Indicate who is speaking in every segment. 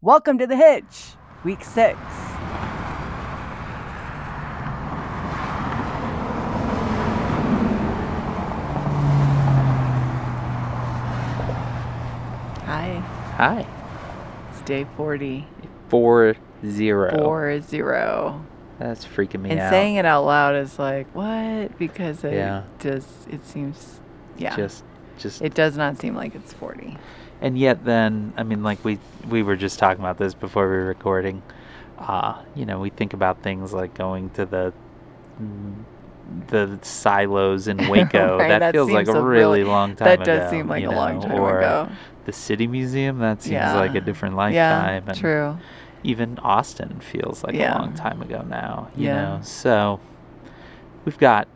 Speaker 1: Welcome to the Hitch, week six.
Speaker 2: Hi,
Speaker 3: Hi.
Speaker 2: it's day 40,
Speaker 3: Four zero.
Speaker 2: four zero.
Speaker 3: That's freaking me
Speaker 2: And
Speaker 3: out.
Speaker 2: saying it out loud is like, what? Because it
Speaker 3: Yeah.
Speaker 2: does, it seems, yeah.
Speaker 3: Just, just,
Speaker 2: it does not seem like it's 40.
Speaker 3: and yet then, I mean, like we we were just talking about this before we were recording. Uh, you know, we think about things like going to the mm, the silos in Waco.
Speaker 2: Right,
Speaker 3: that,
Speaker 2: that
Speaker 3: feels like
Speaker 2: seems
Speaker 3: a
Speaker 2: a
Speaker 3: really
Speaker 2: really-
Speaker 3: long time
Speaker 2: That
Speaker 3: ago.
Speaker 2: does seem like a
Speaker 3: you
Speaker 2: long
Speaker 3: know,
Speaker 2: time
Speaker 3: or
Speaker 2: ago.
Speaker 3: The City Museum, that seems like a
Speaker 2: Yeah.
Speaker 3: different lifetime.
Speaker 2: yeah,
Speaker 3: and
Speaker 2: true.
Speaker 3: even Austin feels like
Speaker 2: Yeah.
Speaker 3: a long time ago now, you
Speaker 2: Yeah.
Speaker 3: know. So we've got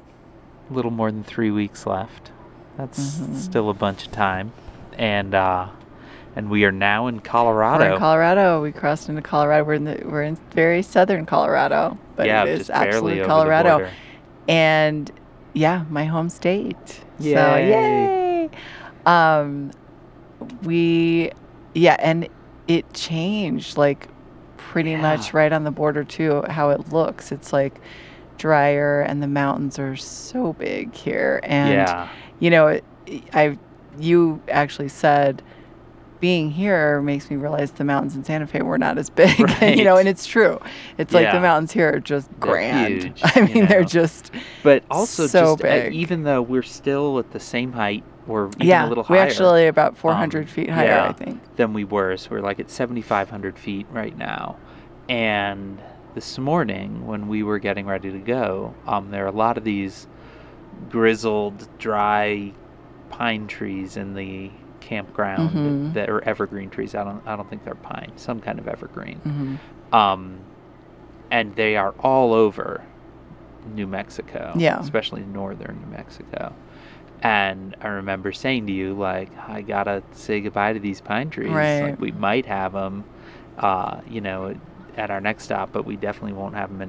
Speaker 3: a little more than three weeks left. That's
Speaker 2: Mhm.
Speaker 3: still a bunch of time. And uh and we are now in
Speaker 2: We're
Speaker 3: Colorado.
Speaker 2: in Colorado. We crossed into Colorado. We're in the, we're in very southern Colorado, but
Speaker 3: yeah,
Speaker 2: it
Speaker 3: just
Speaker 2: is
Speaker 3: barely
Speaker 2: absolute
Speaker 3: over the
Speaker 2: Colorado.
Speaker 3: border.
Speaker 2: And yeah, my home state. So
Speaker 3: Yay.
Speaker 2: yay. Um we yeah, and it changed like pretty
Speaker 3: Yeah.
Speaker 2: much right on the border too how it looks. It's like drier and the mountains are so big here and
Speaker 3: yeah.
Speaker 2: you know, it- I you actually said being here makes me realize the mountains in Santa Fe were not as big, you know,
Speaker 3: Right.
Speaker 2: and it's true. It's like
Speaker 3: Yeah.
Speaker 2: the mountains here are just grand.
Speaker 3: huge,
Speaker 2: I
Speaker 3: you
Speaker 2: mean, they're
Speaker 3: know.
Speaker 2: just
Speaker 3: But also
Speaker 2: so
Speaker 3: just Uh,
Speaker 2: big.
Speaker 3: even though we're still at the same height or even
Speaker 2: yeah.
Speaker 3: a little
Speaker 2: we
Speaker 3: higher Um,
Speaker 2: actually about 400 feet higher,
Speaker 3: yeah.
Speaker 2: I think.
Speaker 3: than we were. So we're like at 7,500 feet right now. And this morning, when we were getting ready to go, um, there are a lot of these grizzled, dry pine trees in the campground
Speaker 2: Mhm.
Speaker 3: that are evergreen trees. I don't, I don't think they're pine, some kind of evergreen.
Speaker 2: Mhm.
Speaker 3: Um, and they are all over New Mexico,
Speaker 2: Yeah.
Speaker 3: especially northern New Mexico. And I remember saying to you, like, I gotta say goodbye to these pine trees.
Speaker 2: Right.
Speaker 3: Like, we might have them, uh, you know, at our next stop, but we definitely won't have them in,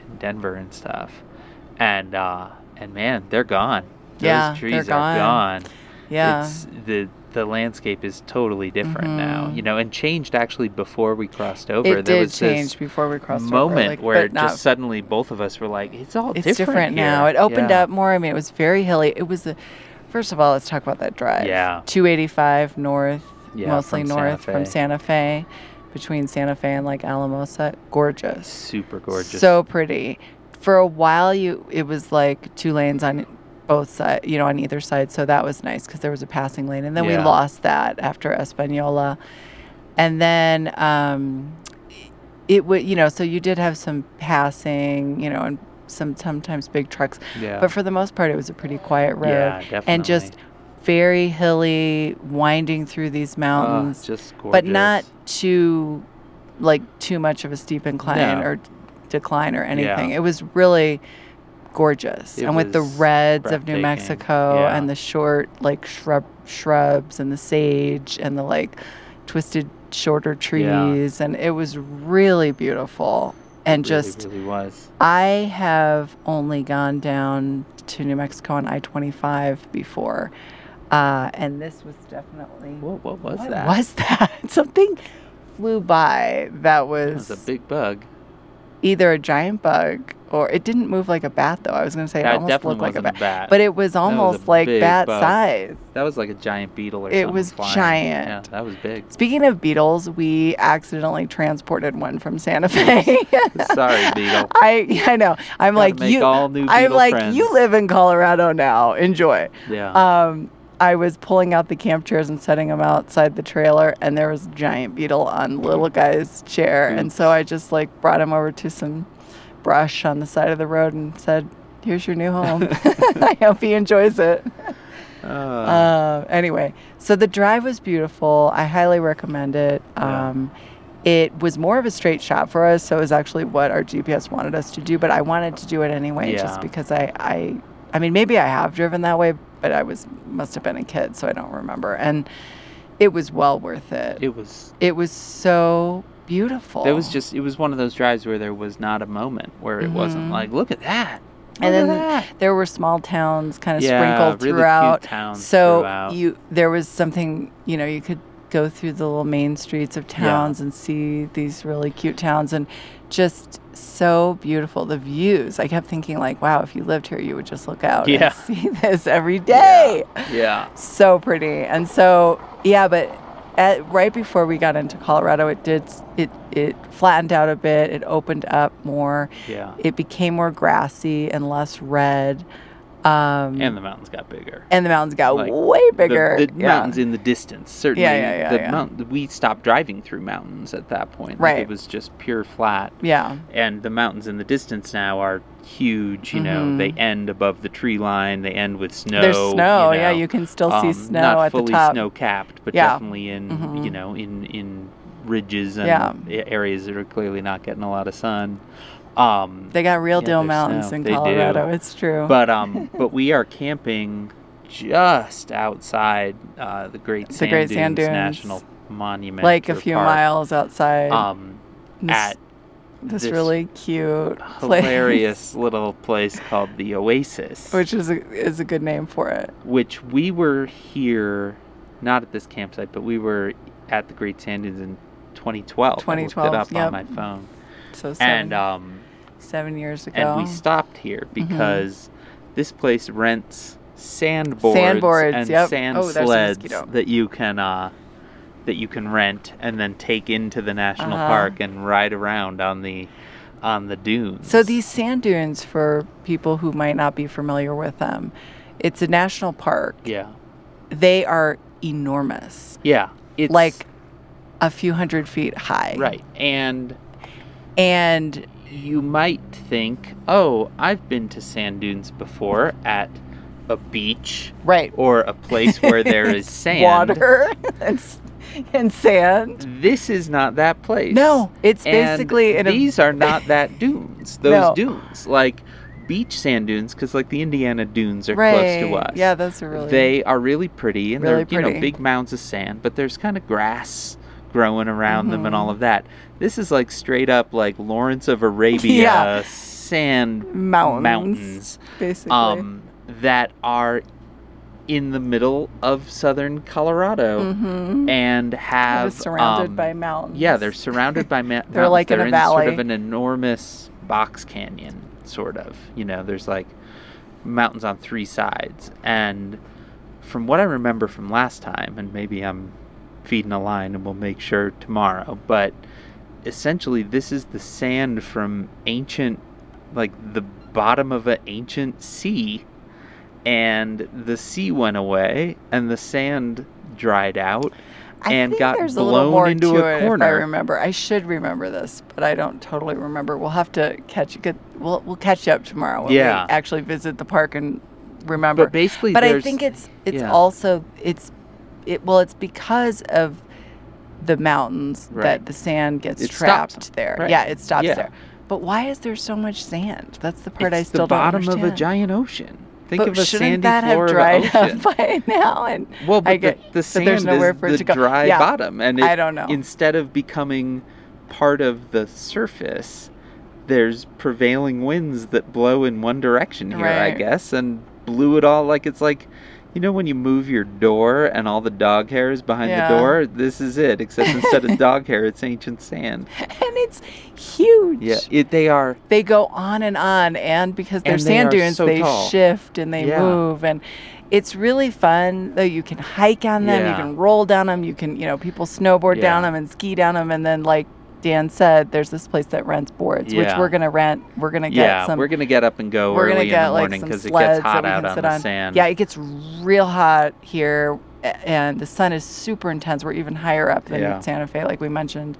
Speaker 3: in Denver and stuff. And uh, and man, they're gone. Those
Speaker 2: Yeah, they're
Speaker 3: trees are
Speaker 2: gone.
Speaker 3: gone
Speaker 2: Yeah.
Speaker 3: it's the the landscape is totally different now
Speaker 2: Mhm.
Speaker 3: you know and changed actually before we crossed over
Speaker 2: it
Speaker 3: there
Speaker 2: did
Speaker 3: was
Speaker 2: change before we
Speaker 3: this
Speaker 2: crossed
Speaker 3: moment
Speaker 2: over, like,
Speaker 3: where
Speaker 2: but
Speaker 3: it
Speaker 2: not
Speaker 3: just suddenly both of us were like it's all
Speaker 2: it's different,
Speaker 3: here."
Speaker 2: now. It opened
Speaker 3: Yeah.
Speaker 2: up more. I mean, it was very hilly. It was a first of all, let's talk about that drive.
Speaker 3: Yeah.
Speaker 2: 285 north,
Speaker 3: Yeah,
Speaker 2: mostly
Speaker 3: from Santa
Speaker 2: north from
Speaker 3: Fe.
Speaker 2: Santa Fe, between Santa Fe and like Alamosa. Gorgeous.
Speaker 3: super gorgeous
Speaker 2: So pretty. For a while, you it was like two lanes on both side, you know, on either side. So that was nice because there was a passing lane, and then we
Speaker 3: Yeah.
Speaker 2: lost that after Espanola, and then um, it would, you know, so you did have some passing, you know, and some sometimes big trucks,
Speaker 3: yeah
Speaker 2: but for the most part, it was a pretty quiet road,
Speaker 3: yeah definitely.
Speaker 2: and just very hilly, winding through these
Speaker 3: Oh,
Speaker 2: mountains
Speaker 3: just gorgeous.
Speaker 2: but not too like too much of a steep incline
Speaker 3: No.
Speaker 2: or d- decline or
Speaker 3: Yeah.
Speaker 2: anything. It was really gorgeous.
Speaker 3: It
Speaker 2: and with the
Speaker 3: was
Speaker 2: reds of New
Speaker 3: breathtaking.
Speaker 2: Mexico
Speaker 3: Yeah.
Speaker 2: and the short like shrub shrubs and the sage and the like twisted shorter trees and it was really beautiful. And
Speaker 3: Really,
Speaker 2: just
Speaker 3: really was
Speaker 2: I have only gone down to New Mexico on I twenty five before. Uh, and this was definitely
Speaker 3: what, what was
Speaker 2: what
Speaker 3: that
Speaker 2: was that? Something flew by that
Speaker 3: That
Speaker 2: was,
Speaker 3: was a big bug
Speaker 2: either a giant bug or it didn't move like a bat though. I was gonna say it
Speaker 3: that
Speaker 2: almost
Speaker 3: definitely
Speaker 2: looked like a
Speaker 3: wasn't
Speaker 2: bat.
Speaker 3: a bat
Speaker 2: But it was
Speaker 3: was a
Speaker 2: almost like
Speaker 3: big
Speaker 2: bat
Speaker 3: bug.
Speaker 2: size.
Speaker 3: that was like a giant beetle or
Speaker 2: it
Speaker 3: something
Speaker 2: was
Speaker 3: flying. yeah
Speaker 2: giant.
Speaker 3: that was big
Speaker 2: Speaking of beetles, we accidentally transported one from Santa Fe.
Speaker 3: sorry beetle
Speaker 2: I I know. I'm
Speaker 3: Gotta
Speaker 2: like
Speaker 3: make
Speaker 2: you
Speaker 3: all new
Speaker 2: I'm
Speaker 3: beetle
Speaker 2: like you
Speaker 3: friends.
Speaker 2: live in Colorado now. Enjoy.
Speaker 3: yeah
Speaker 2: Um I was pulling out the camp chairs and setting them outside the trailer, and there was a giant beetle on little guy's chair. And so I just like brought him over to some brush on the side of the road and said, Here's your new home. I hope he enjoys it.
Speaker 3: Uh,
Speaker 2: Uh, anyway, so the drive was beautiful. I highly recommend it.
Speaker 3: Yeah.
Speaker 2: Um, It was more of a straight shot for us, so it was actually what our GPS wanted us to do. But I wanted to do it anyway,
Speaker 3: Yeah.
Speaker 2: just because I, I, I mean, maybe I have driven that way, but I was must have been a kid, so I don't remember. And it was well worth it. It,
Speaker 3: it was
Speaker 2: was so beautiful.
Speaker 3: It was just it was one of those drives where there was not a moment where it wasn't
Speaker 2: Mhm.
Speaker 3: like, look at that.
Speaker 2: And
Speaker 3: look at
Speaker 2: then
Speaker 3: that."
Speaker 2: there were small towns kind of
Speaker 3: yeah,
Speaker 2: sprinkled
Speaker 3: really
Speaker 2: throughout.
Speaker 3: Cute towns
Speaker 2: so
Speaker 3: throughout.
Speaker 2: you there was something you know you could go through the little main streets of towns and see these really cute towns and just so beautiful the views. I kept thinking like, wow, if you lived here, you would just look out
Speaker 3: Yeah.
Speaker 2: and see this every day.
Speaker 3: Yeah.
Speaker 2: So pretty. And so yeah, but at, right before we got into Colorado, it did s- it it flattened out a bit. It opened up more.
Speaker 3: Yeah.
Speaker 2: It became more grassy and less red. Um,
Speaker 3: And the mountains got bigger.
Speaker 2: and the mountains got
Speaker 3: Like,
Speaker 2: way
Speaker 3: The-
Speaker 2: bigger.
Speaker 3: The,
Speaker 2: Yeah.
Speaker 3: mountains in the distance, certainly.
Speaker 2: Yeah, yeah, yeah,
Speaker 3: the
Speaker 2: yeah.
Speaker 3: Mount, we stopped driving through mountains at that point. Like,
Speaker 2: Right.
Speaker 3: it was just pure flat.
Speaker 2: Yeah.
Speaker 3: And the mountains in the distance now are huge. You know,
Speaker 2: Mhm.
Speaker 3: they end above the tree line. They end with snow.
Speaker 2: There's snow. Yeah,
Speaker 3: know.
Speaker 2: you can still
Speaker 3: Um,
Speaker 2: see snow
Speaker 3: not
Speaker 2: at the
Speaker 3: fully
Speaker 2: top.
Speaker 3: snow capped, but
Speaker 2: Yeah.
Speaker 3: definitely in
Speaker 2: Mhm.
Speaker 3: you know in in ridges and
Speaker 2: Yeah.
Speaker 3: a- areas that are clearly not getting a lot of sun. Um,
Speaker 2: They got real
Speaker 3: Yeah,
Speaker 2: deal
Speaker 3: there's
Speaker 2: mountains
Speaker 3: snow.
Speaker 2: in
Speaker 3: They do.
Speaker 2: Colorado. It's true.
Speaker 3: but um, but we are camping just outside uh, the Great
Speaker 2: The Great Sand Dunes.
Speaker 3: National Monument,
Speaker 2: like a
Speaker 3: or
Speaker 2: few
Speaker 3: park,
Speaker 2: miles outside
Speaker 3: Um,
Speaker 2: this,
Speaker 3: at
Speaker 2: this,
Speaker 3: this
Speaker 2: really cute place,
Speaker 3: hilarious little place called the Oasis,
Speaker 2: which is a, is a good name for it.
Speaker 3: which we were here, not at this campsite, but we were at the Great Sand Dunes in 2012. I looked
Speaker 2: 2012,
Speaker 3: it up
Speaker 2: yep.
Speaker 3: on my phone,
Speaker 2: So seven,
Speaker 3: and um,
Speaker 2: seven years ago, Mm-hmm.
Speaker 3: and we stopped here because this place rents sandboards,
Speaker 2: Sandboards,
Speaker 3: and
Speaker 2: yep.
Speaker 3: sand
Speaker 2: Oh, there's a
Speaker 3: sleds
Speaker 2: mosquito.
Speaker 3: that you can uh, that you can rent and then take into the national
Speaker 2: Uh-huh.
Speaker 3: park and ride around on the on the dunes.
Speaker 2: So these sand dunes, for people who might not be familiar with them, it's a national park.
Speaker 3: yeah
Speaker 2: They are enormous,
Speaker 3: yeah it's
Speaker 2: like a few hundred feet high.
Speaker 3: right and
Speaker 2: And
Speaker 3: you might think oh I've been to sand dunes before at a beach
Speaker 2: right,
Speaker 3: or a place where there is sand.
Speaker 2: water and, s- and sand.
Speaker 3: This is not that place.
Speaker 2: No, it's
Speaker 3: And
Speaker 2: basically in a
Speaker 3: these are not that dunes. Those
Speaker 2: No.
Speaker 3: dunes, like beach sand dunes, because like the Indiana dunes are close to
Speaker 2: Right.
Speaker 3: us.
Speaker 2: Yeah, those are really
Speaker 3: they are really pretty, and
Speaker 2: really
Speaker 3: they're you
Speaker 2: pretty.
Speaker 3: know big mounds of sand, but there's kind of grass growing around them and all of that. This is like straight up like Lawrence of Arabia
Speaker 2: Mm-hmm. Yeah.
Speaker 3: sand
Speaker 2: mountains,
Speaker 3: mountains,
Speaker 2: basically.
Speaker 3: um, that are in the middle of southern Colorado
Speaker 2: Mhm.
Speaker 3: and
Speaker 2: Kind
Speaker 3: have
Speaker 2: of surrounded
Speaker 3: um,
Speaker 2: by mountains.
Speaker 3: yeah, they're surrounded by ma-
Speaker 2: They're like in
Speaker 3: mountains.
Speaker 2: a
Speaker 3: they're sort of
Speaker 2: valley.
Speaker 3: an enormous box canyon, sort of. You know, there's like mountains on three sides, and from what I remember from last time, and maybe I'm feeding a line, and we'll make sure tomorrow. But essentially, this is the sand from ancient, like the bottom of an ancient sea, and the sea went away, and the sand dried out.
Speaker 2: I
Speaker 3: and
Speaker 2: think
Speaker 3: got
Speaker 2: there's a little
Speaker 3: blown
Speaker 2: more
Speaker 3: into
Speaker 2: to
Speaker 3: a
Speaker 2: it If I
Speaker 3: corner.
Speaker 2: remember, I should remember this, but I don't totally remember. We'll have to catch get we'll we'll catch you up tomorrow when
Speaker 3: Yeah.
Speaker 2: we actually visit the park and remember.
Speaker 3: But basically,
Speaker 2: but I
Speaker 3: there's-
Speaker 2: think it's it's
Speaker 3: yeah.
Speaker 2: also it's it well it's because of the mountains that
Speaker 3: Right.
Speaker 2: the sand gets
Speaker 3: It
Speaker 2: trapped
Speaker 3: stops
Speaker 2: there.
Speaker 3: Right.
Speaker 2: Yeah, it stops
Speaker 3: Yeah.
Speaker 2: there. But why is there so much sand? That's the part I
Speaker 3: It's
Speaker 2: still
Speaker 3: the bottom
Speaker 2: don't
Speaker 3: of a
Speaker 2: understand.
Speaker 3: giant ocean. Think
Speaker 2: but
Speaker 3: of a
Speaker 2: shouldn't
Speaker 3: sandy
Speaker 2: that
Speaker 3: floor
Speaker 2: have dried
Speaker 3: of an ocean.
Speaker 2: up by now? And
Speaker 3: Well, but
Speaker 2: I get-
Speaker 3: the, the
Speaker 2: but
Speaker 3: sand
Speaker 2: there's nowhere
Speaker 3: is
Speaker 2: for it
Speaker 3: the
Speaker 2: to go.
Speaker 3: dry
Speaker 2: Yeah.
Speaker 3: bottom, and it,
Speaker 2: I don't know.
Speaker 3: Instead of becoming part of the surface, there's prevailing winds that blow in one direction here, I
Speaker 2: Right.
Speaker 3: guess, and blew it all like it's like, you know, when you move your door and all the dog hair is behind
Speaker 2: Yeah.
Speaker 3: the door. This is it, except instead of dog hair, it's ancient sand.
Speaker 2: and it's huge.
Speaker 3: Yeah, it, they are
Speaker 2: They go on and on, and because they're
Speaker 3: And they
Speaker 2: sand
Speaker 3: are
Speaker 2: dunes,
Speaker 3: so
Speaker 2: they
Speaker 3: tall.
Speaker 2: shift and they
Speaker 3: Yeah.
Speaker 2: move, and it's really fun. Though you can hike on them,
Speaker 3: Yeah.
Speaker 2: you can roll down them, you can you know people snowboard
Speaker 3: Yeah.
Speaker 2: down them and ski down them, and then like Dan said, there's this place that rents boards, which
Speaker 3: Yeah.
Speaker 2: we're gonna rent. We're gonna get
Speaker 3: yeah.
Speaker 2: some.
Speaker 3: we're gonna get up and go
Speaker 2: we're gonna
Speaker 3: early
Speaker 2: get,
Speaker 3: in the
Speaker 2: like,
Speaker 3: morning
Speaker 2: some
Speaker 3: because it
Speaker 2: sleds
Speaker 3: gets
Speaker 2: that
Speaker 3: hot
Speaker 2: we
Speaker 3: out
Speaker 2: can
Speaker 3: on
Speaker 2: sit
Speaker 3: the
Speaker 2: on.
Speaker 3: sand.
Speaker 2: yeah, it gets real hot here, a- and the sun is super intense. We're even higher up than
Speaker 3: Yeah.
Speaker 2: Santa Fe, like we mentioned.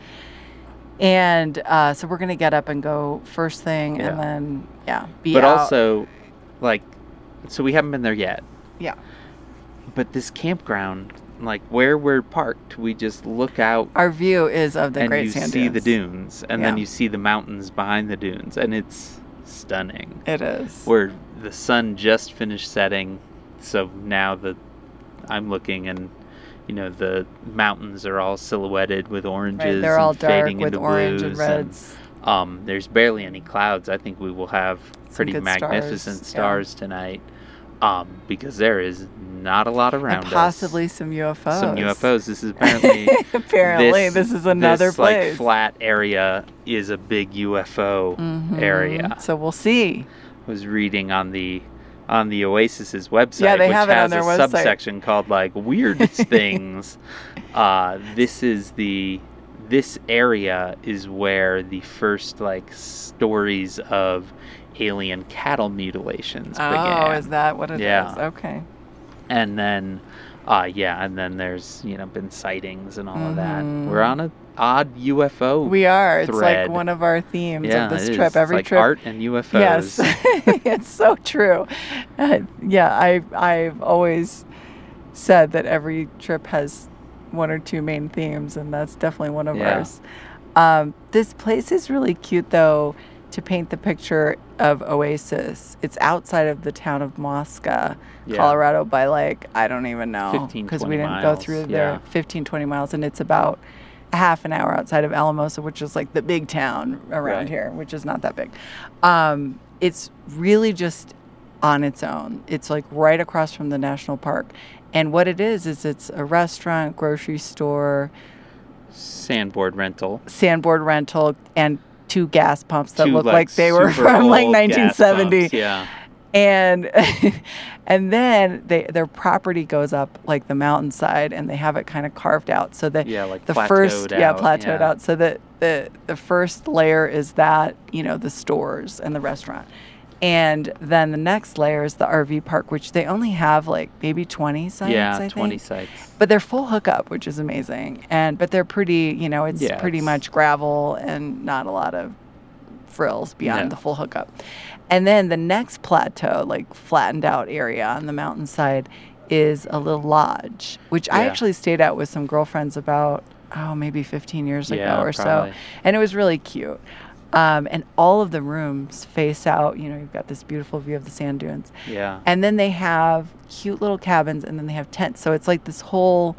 Speaker 2: And uh, so we're gonna get up and go first thing,
Speaker 3: Yeah.
Speaker 2: and then yeah, be
Speaker 3: but
Speaker 2: out.
Speaker 3: also like so we haven't been there yet
Speaker 2: Yeah.
Speaker 3: but this campground like where we're parked we just look out
Speaker 2: our view is of the
Speaker 3: and
Speaker 2: Great
Speaker 3: you
Speaker 2: Sand
Speaker 3: see the
Speaker 2: Dunes.
Speaker 3: dunes and then
Speaker 2: Yeah.
Speaker 3: you see the mountains behind the dunes and it's stunning
Speaker 2: It is.
Speaker 3: where the sun just finished setting so now the i'm looking and you know the mountains are all silhouetted with oranges
Speaker 2: right, they're all
Speaker 3: and
Speaker 2: dark
Speaker 3: fading
Speaker 2: with
Speaker 3: into
Speaker 2: orange and
Speaker 3: blues
Speaker 2: reds.
Speaker 3: um, there's barely any clouds. I think we will have pretty
Speaker 2: good
Speaker 3: magnificent
Speaker 2: stars, yeah.
Speaker 3: stars tonight. um, because there is not a lot around.
Speaker 2: and
Speaker 3: us.
Speaker 2: possibly some UFOs.
Speaker 3: some UFOs. This is apparently
Speaker 2: Apparently, this, is another
Speaker 3: this,
Speaker 2: place.
Speaker 3: Like flat area is a big UFO
Speaker 2: Mhm.
Speaker 3: area.
Speaker 2: So we'll see.
Speaker 3: was reading on the on the Oasis's website,
Speaker 2: Yeah, they
Speaker 3: which
Speaker 2: have it on
Speaker 3: has
Speaker 2: their
Speaker 3: a
Speaker 2: website.
Speaker 3: subsection called like weird things. Uh, this is the this area is where the first like stories of alien cattle mutilations
Speaker 2: Oh,
Speaker 3: began,
Speaker 2: is that what it is?
Speaker 3: Yeah.
Speaker 2: Okay.
Speaker 3: and then uh, yeah, and then there's you know been sightings and all of that.
Speaker 2: Mhm.
Speaker 3: We're on a odd UFO.
Speaker 2: We are. It's
Speaker 3: thread.
Speaker 2: like one of our themes
Speaker 3: yeah,
Speaker 2: of this
Speaker 3: it
Speaker 2: trip.
Speaker 3: is.
Speaker 2: Every
Speaker 3: it's like
Speaker 2: trip
Speaker 3: art and UFOs.
Speaker 2: Yes, it's so true. Uh, yeah, I I've always said that every trip has one or two main themes, and that's definitely one of
Speaker 3: Yeah.
Speaker 2: ours. Um, this place is really cute, though, to paint the picture of Oasis. It's outside of the town of Mosca,
Speaker 3: Yeah.
Speaker 2: Colorado, by like I don't even know
Speaker 3: 15,
Speaker 2: we
Speaker 3: 20
Speaker 2: didn't go
Speaker 3: miles,
Speaker 2: through
Speaker 3: yeah.
Speaker 2: there. 15, 20 miles, and it's about a half an hour outside of Alamosa, which is like the big town around
Speaker 3: Right.
Speaker 2: here, which is not that big. Um, it's really just on its own. It's like right across from the national park. And what it is, is it's a restaurant, grocery store,
Speaker 3: Sandboard rental.
Speaker 2: sandboard rental, and two gas pumps that
Speaker 3: Two,
Speaker 2: look like, they were
Speaker 3: super
Speaker 2: from like
Speaker 3: old gas
Speaker 2: 1970
Speaker 3: pumps, Yeah.
Speaker 2: and and then they their property goes up like the mountainside and they have it kind of carved out so that
Speaker 3: Yeah, like
Speaker 2: the
Speaker 3: plateaued
Speaker 2: first yeah
Speaker 3: out,
Speaker 2: plateaued
Speaker 3: yeah.
Speaker 2: out so that the the first layer is that you know the stores and the restaurant and then the next layer is the RV park which they only have like maybe 20 sites
Speaker 3: yeah,
Speaker 2: I
Speaker 3: 20
Speaker 2: think.
Speaker 3: sites.
Speaker 2: but they're full hookup which is amazing and but they're pretty you know it's
Speaker 3: Yeah,
Speaker 2: pretty
Speaker 3: it's-
Speaker 2: much gravel and not a lot of frills beyond
Speaker 3: No.
Speaker 2: the full hookup. And then the next plateau, like flattened out area on the mountainside, is a little lodge, which I
Speaker 3: Yeah.
Speaker 2: actually stayed at with some girlfriends about, oh, maybe 15 years
Speaker 3: yeah,
Speaker 2: ago or
Speaker 3: probably.
Speaker 2: so. And it was really cute. Um, and all of the rooms face out, you know, you've got this beautiful view of the sand dunes.
Speaker 3: Yeah.
Speaker 2: And then they have cute little cabins and then they have tents. So it's like this whole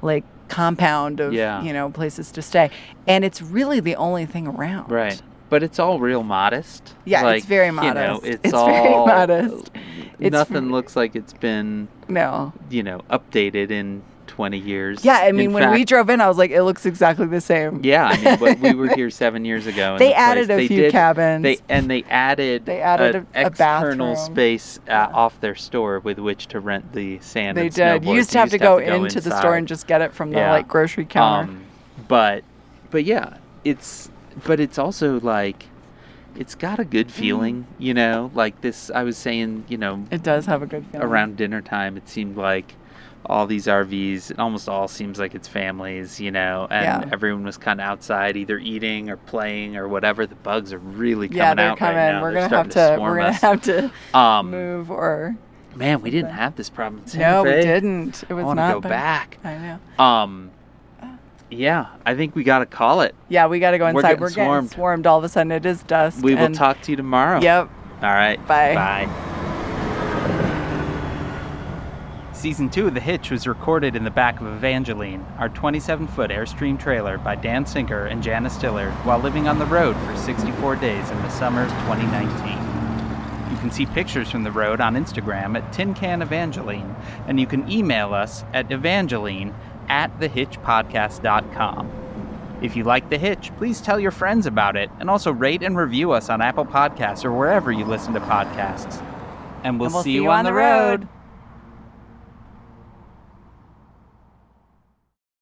Speaker 2: like compound of,
Speaker 3: Yeah.
Speaker 2: you know, places to stay. And it's really the only thing around.
Speaker 3: Right. But it's all real modest.
Speaker 2: Yeah,
Speaker 3: like,
Speaker 2: it's very
Speaker 3: You know,
Speaker 2: modest.
Speaker 3: it's,
Speaker 2: It's
Speaker 3: all
Speaker 2: very modest. It's
Speaker 3: nothing
Speaker 2: v-
Speaker 3: looks like it's been,
Speaker 2: No.
Speaker 3: you know, updated in 20 years.
Speaker 2: Yeah, I
Speaker 3: In
Speaker 2: mean, when we
Speaker 3: fact-
Speaker 2: drove in, I was like, it looks exactly the same.
Speaker 3: Yeah, I mean, but we were here seven years ago. and
Speaker 2: they
Speaker 3: the
Speaker 2: added
Speaker 3: place-
Speaker 2: a
Speaker 3: they
Speaker 2: few
Speaker 3: did-
Speaker 2: cabins.
Speaker 3: They and they added
Speaker 2: They added
Speaker 3: an
Speaker 2: a- a
Speaker 3: external
Speaker 2: bathroom.
Speaker 3: space uh,
Speaker 2: Yeah.
Speaker 3: off their store with which to rent the sand.
Speaker 2: They
Speaker 3: and
Speaker 2: did. You
Speaker 3: snowboards.
Speaker 2: used to have to go, into the store
Speaker 3: inside.
Speaker 2: and just get it from the
Speaker 3: Yeah.
Speaker 2: like grocery counter.
Speaker 3: Um, but but yeah, it's but it's also like it's got a
Speaker 2: Mm.
Speaker 3: good feeling, you know. Like this, I was saying, you know,
Speaker 2: it does have a good feeling.
Speaker 3: around dinner time, it seemed like all these RVs, it almost all seems like it's families, you know, and
Speaker 2: Yeah.
Speaker 3: everyone was kind of outside, either eating or playing or whatever. The bugs are really coming
Speaker 2: yeah, they're
Speaker 3: out
Speaker 2: coming.
Speaker 3: right now.
Speaker 2: We're
Speaker 3: They're
Speaker 2: gonna have
Speaker 3: starting
Speaker 2: to. We're
Speaker 3: swarm
Speaker 2: gonna
Speaker 3: us.
Speaker 2: have to
Speaker 3: Um,
Speaker 2: move or
Speaker 3: man, we didn't have this problem. in Santa
Speaker 2: no, we
Speaker 3: Fe.
Speaker 2: didn't. It
Speaker 3: I
Speaker 2: was
Speaker 3: want to
Speaker 2: not.
Speaker 3: go
Speaker 2: bad.
Speaker 3: back.
Speaker 2: I know.
Speaker 3: Um, yeah, I think we got to call it.
Speaker 2: Yeah, we got to go
Speaker 3: We're
Speaker 2: inside.
Speaker 3: getting
Speaker 2: We're getting,
Speaker 3: swarmed.
Speaker 2: swarmed. All of a sudden, it is dust.
Speaker 3: We will
Speaker 2: and-
Speaker 3: talk to you tomorrow.
Speaker 2: Yep.
Speaker 3: All right.
Speaker 2: Bye.
Speaker 3: Bye.
Speaker 4: Season 2 of The Hitch was recorded in the back of Evangeline, our 27 foot Airstream trailer by Dan Sinker and Janice Dillard, while living on the road for 64 days in the summer of 2019. You can see pictures from the road on Instagram at Tin Can Evangeline, and you can email us at evangeline at thehitchpodcast.com. If you like The Hitch, please tell your friends about it, and also rate and review us on Apple Podcasts or wherever you listen to podcasts. And we'll,
Speaker 2: And we'll see you on the road.